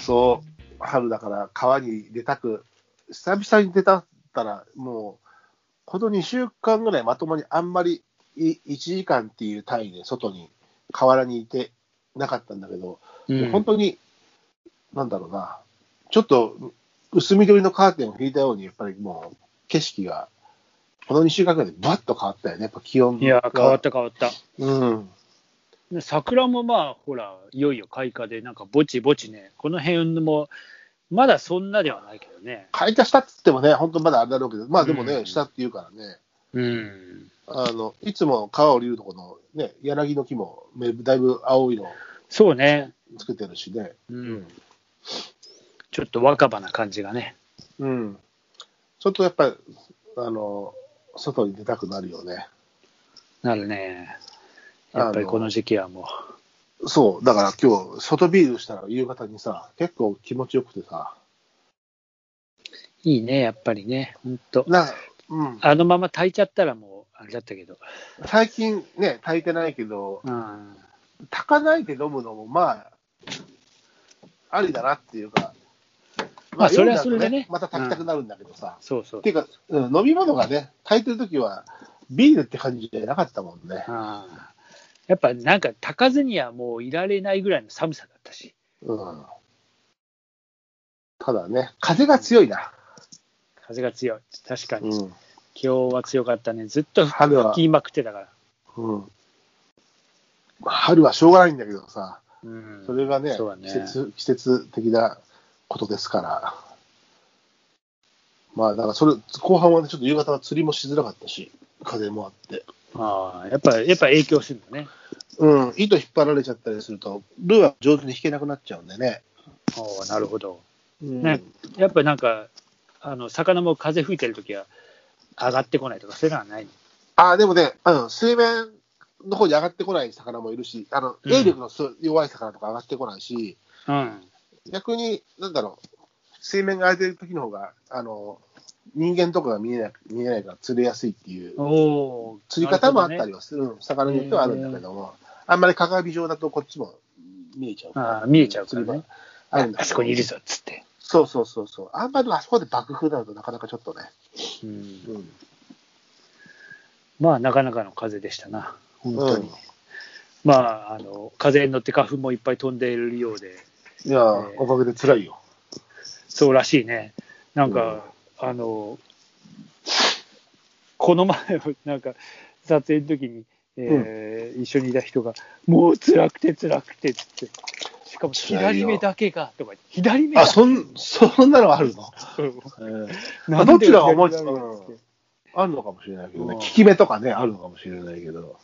そう、春だから川に出たく、久々に出たったら、もう、この2週間ぐらいまともにあんまりい1時間っていう単位で外に、河原にいてなかったんだけど、もう本当に、なんだろうな、ちょっと薄緑のカーテンを引いたように、やっぱりもう景色が、この2週間ぐらいでばっと変わったよね、やっぱ気温いやが、変わった変わった。うん、ね桜もまあ、ほら、いよいよ開花で、なんかぼちぼちね、この辺も、まだそんなではないけどね。開花したっつってもね、本当まだあれだろうけど、まあでもね、うんしたっていうからね、うん。あのいつも川を流るとこの、ね、柳の木もめだいぶ青色そうね。つけてるしね、うん。ちょっと若葉な感じがね。うん、ちょっとやっぱり、あの外に出たくなるよね。なるね。やっぱりこの時期はもそう、だから今日、外ビールしたら夕方にさ、結構気持ちよくてさ、う、いいね、やっぱりね。ほんと。なうん、あのまま炊いちゃったらもう、あれだったけど。最近ね、炊いてないけど、うん。炊かないで飲むのも、まあ、ありだなっていうか、まあそれ夜になるはとそれでねまた炊きたくなるんだけどさ、そうそうって。いうか、うん、飲み物がね、炊いてる時は、ビールって感じじゃなかったもんね。あーやっぱなんか炊かずにはもういられないぐらいの寒さだったし、うん、ただね、風が強いな。風が強い、確かに、う今ん日は強かったね、ずっと吹春はきまくってたから、うん、春はしょうがないんだけどさ、うん、それがねそうだね季節、季節的なことですから、まあ、だからそれ、後半はね、ちょっと夕方は釣りもしづらかったし、風もあって、あーやっぱやっぱ影響するんだね、うん、糸引っ張られちゃったりすると、ルーは上手に引けなくなっちゃうんでね。おーなるほど、うんねやっぱなんか、あの魚も風吹いてるときは上がってこないとか、そういうのはないのああ、でもね、うん、水面の方に上がってこない魚もいるし、あの、うん霊力のす弱い魚とか上がってこないし、うん、逆に、なんだろう、水面が空いてる時の方が、あの、人間とかが見えない見えないから釣れやすいっていうおー釣り方もあっなたるりはする、うん魚によってはあるんだけども、あんまり鏡状だとこっちも見えちゃうほどねあー見えちゃうから釣りね場、あるんだけどあそこにいるぞっつって、そうそうそうそう、あんまりあそこで爆風になるとなかなかちょっとね、うん、うん、まあ、なかなかの風でしたな、本当うに。んまあ、あの風に乗って花粉もいっぱい飛んでいるようで、いやー、えーおかげで辛いよ。そうらしいね、なんか、あのこの前、なんか撮影の時に、えー一緒にいた人が、もう辛くて辛くてっつって、しかも辛いよ左目だけがとか言って、左目 あだそんそんなのあるの、うんまあどっちらが重いなんで左目だっつっあるのかもしれないけどね、うん効き目とかね、あるのかもしれないけど、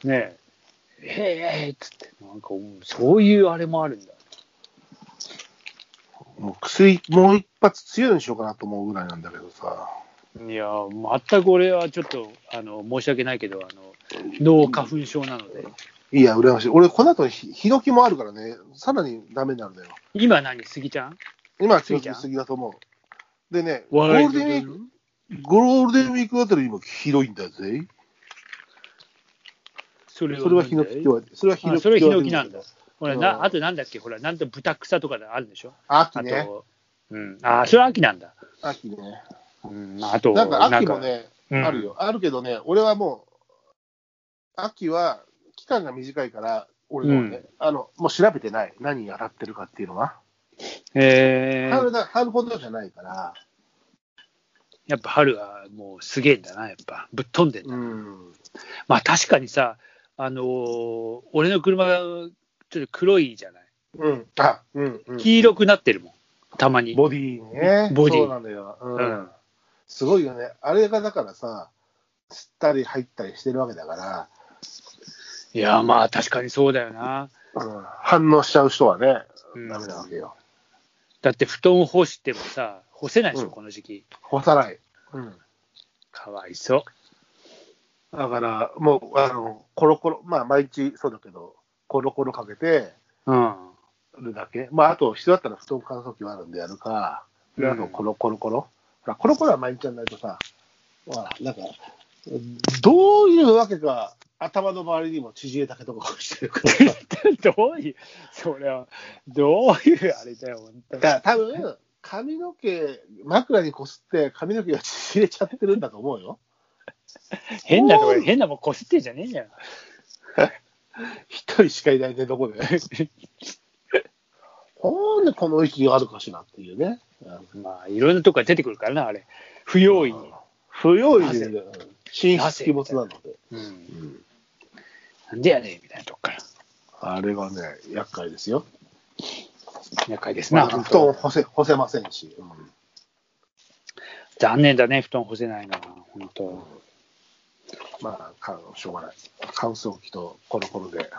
てねえ、へえっつって、なんかうんそういうあれもあるんだ。もう薬、もう一発強いのにしようかなと思うぐらいなんだけどさ、いや、全く俺はちょっとあの申し訳ないけど、あの脳花粉症なので、いや、羨ましい、俺、この後ひヒノキもあるからね、さらにダメになるんだよ。今何、杉ちゃん今、ちょっと過ぎだと思う。でね、ゴ笑いーのルデンウィーク、ゴールデンウィークあたり今、ひどいんだぜ。そそれはヒノキは共和それはヒノあそれキヒ共和ノキなんだ。ほらうな、んあとなんだっけ、ほら、なんと豚草とかあるでしょ。秋あと、ね。うん、あー、それは秋なんだ。秋ね。うん、あと、なんか秋もね、なんかある。よ。あるけどね、俺はもう、秋は期間が短いから、俺のはね、うあの、もう調べてない。何やらってるかっていうのは。うんへえ春だ、春ほどじゃないから、やっぱ春はもうすげえんだな、やっぱ。ぶっ飛んでんだ。うん。まあ確かにさ、あのー俺の車がちょっと黒いじゃない。うん。あ、うん、うん。黄色くなってるもん、たまに。ボディね。ボディそうなんだよ。ううんんすごいよね。あれがだからさ、吸ったり入ったりしてるわけだかいや、まあ確かにそうだよな。ら、うん反応しちゃう人はね、うんダメなわけよ。だって布団干してもさ、干せないでしょ、うんこの時期。干さない。うんかわいそう。だから、もう、あの、コロコロ、まあ、毎日そうだけど、コロコロかけてうん。るだけ。まあ、あと、必要だったら布団乾燥機はあるんでやるか、であうと、んコロコロコロ。ほら、コロコロは毎日やらないとさ、ほら、なんか、どういうわけか、頭の周りにも縮れたけどこしてるから。 どういう、それは、どういうあれだよ、本 当だにか。ら多分、髪の毛、枕にこすって髪の毛が縮れちゃってるんだと思うよ。変なとこ変なもんこすってんじゃねえんだよ。一人しかいないね、どこ で。ほんでこの息があるかしらっていうね。まあ、いろんなとこから出てくるからな、あれ。不用意に。不用意で、神出鬼没なので。うん。うんなんでやねんみたいなとこから。あれがね、厄介ですよ。厄介ですまな、あ、本布団当。干せ干せませんし。うん残念だね、布団干せないのは、本当。まあ、かしょうがない。乾燥機とコロコロで、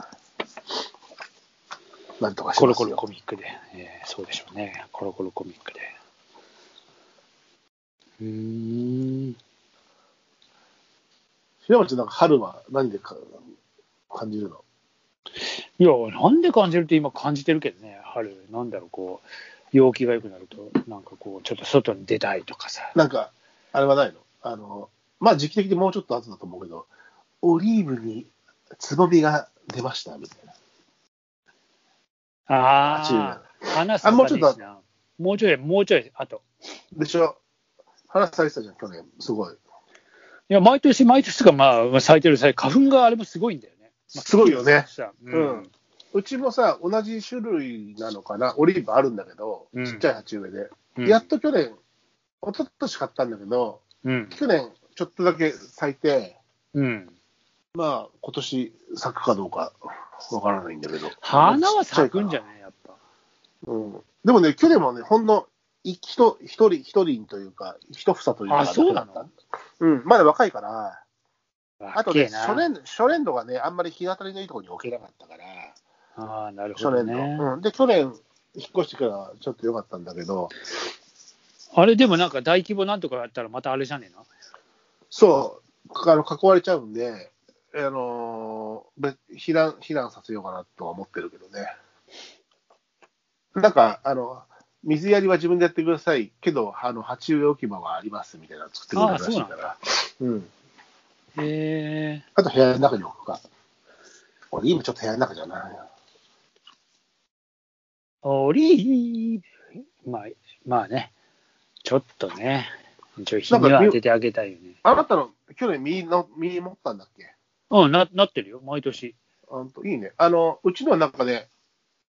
なんとかしコまロすコよロコミックで、えーそうでしょうね。コロコロコミックで。うーん。平松なんか春は何でか感じるのいや、なんで感じるって今感じてるけどね、春、なんだろう、こう、陽気が良くなると、なんかこう、ちょっと外に出たいとかさ。なんか、あれはないのあの、まあ時期的にもうちょっと後だと思うけど、オリーブにつぼみが出ましたみたいな。ああ、話すのあもうちょっとがねえしなもうちょい、もうちょい、あと。でしょ花咲いてたじゃん、去年。すごい。いや、毎年、毎年が、まあ、咲いてる際、花粉があれもすごいんだよね。まあすごいよね。さうんうちもさ、同じ種類なのかな、オリーブあるんだけど、うんちっちゃい鉢植えで。うんやっと去年、一昨年買ったんだけど、うん。去年ちょっとだけ咲いて、うん。まあ今年咲くかどうかわからないんだけど。花は咲くんじゃゃないやっぱ。うん、でもね、去年もね、ほんの一人、一人、一人というか、一房というか、あそうなだのけだったうん、まだ若いから、あとね、若えな初年、初年度がね、あんまり日当たりのいいところに置けなかったから、ああ、なる初ほど年度。ね。うん、で、去年、引っ越してからはちょっと良かったんだけど、あれでもなんか大規模なんとかやったらまたあれじゃねえな。そう、あの囲われちゃうんで、あのーべ避難、避難させようかなとは思ってるけどね。なんか、あの、水やりは自分でやってくださいけど、あの、鉢植え置き場はありますみたいなの作ってくれるらしいから。うん。へえ。あと部屋の中に置くか。俺、今ちょっと部屋の中じゃないな。オリーブ。まあ、まあね。ちょっとね。一応日には当ててあげたいよね。あなたの、去年実の、実持ったんだっけうん、ななってるよ、毎年。あんといいね。あの、うちのはなんかね、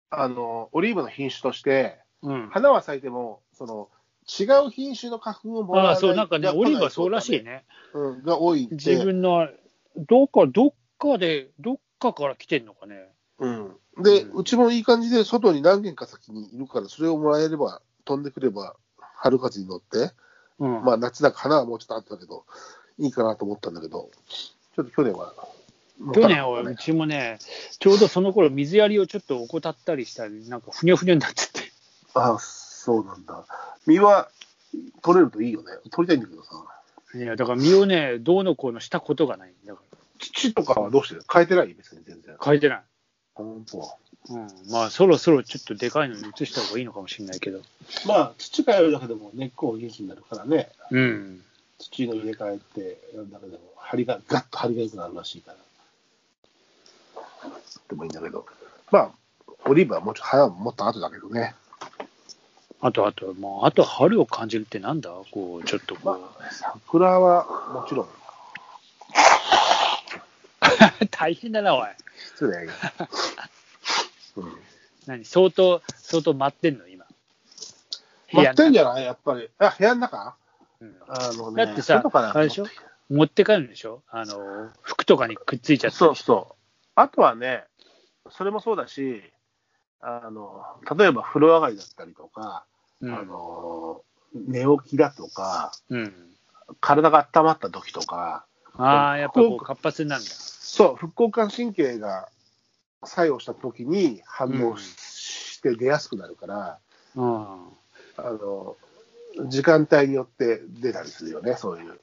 あの、オリーブの品種として、うん。花は咲いても、その、違う品種の花粉をもらわあないあ、そう、なんかね、オリーブはそうらしいね。ね。うん、が多いって。自分の、どっか、どっかで、どっかから来てんのかね。うん。で、うんうちもいい感じで、外に何軒か先にいるから、それをもらえれば、飛んでくれば、春風に乗って、うん。まあ夏だから花はもうちょっとあったけど、いいかなと思ったんだけど、ちょっと去年は、去年はねうちもね、ちょうどその頃水やりをちょっと怠ったりしたり、なんかふにゃふにゃになっちゃって。あ、そうなんだ。実は取れるといいよね。取りたいんだけどさ。いや、だから身をね、どうのこうのしたことがない。だか土とかはどうしてる変えてない別に全然。ら、変えてない。本当。うん、まあ、そろそろちょっとでかいのに移した方がいいのかもしれないけど。まあ土変えるだけでも根っこを元気になるからね。うん。土の入れ替えってやるだけでも張りがガッと張りが良くなるらしいから。でもいいんだけど。まあオリーブはもうちょっと早もっと後だけどね。あと、あと、まあ、あと春を感じるってなんだこう、ちょっとこう。まあ桜はもちろん。 大変だな、おい。失 礼。うん何相当、相当待ってんの、今。待ってんじじゃないやっぱり。あ、部屋の中ゃん。あのだってさ外からあれでしょ持って帰るんでしょあの、服とかにくっついちゃって。そうそう。あとはね、それもそうだし、あの例えば風呂上がりだったりとか、うん。あの、寝起きだとか、うん。体が温まった時とか、ああ、やっぱこう、活発になるんだ。そう、副交感神経が作用した時に反応し,、て出やすくなるから、うん。あの時間帯によって出たりするよね、そういう。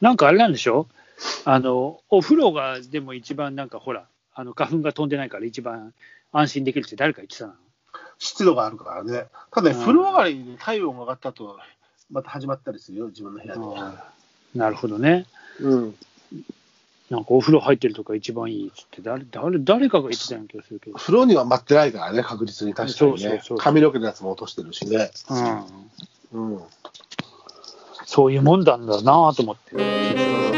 なんかあれなんでしょあの、お風呂がでも一番なんかほら、あの花粉が飛んでないから一番安心できるって誰か言ってたな。湿度があるからね。ただ、ねうん風呂上がりに体温が上がったと、また始まったりするよ、自分の部屋で。なるほどね。うん。なんかお風呂入ってるとか一番いいっつって誰誰誰かが言ってたような気がするけど、風呂には待ってないからね、確実に確かにね。そうそうそう髪の毛のやつも落としてるしね。うん、うん。そういうもんだんだなと思って。うん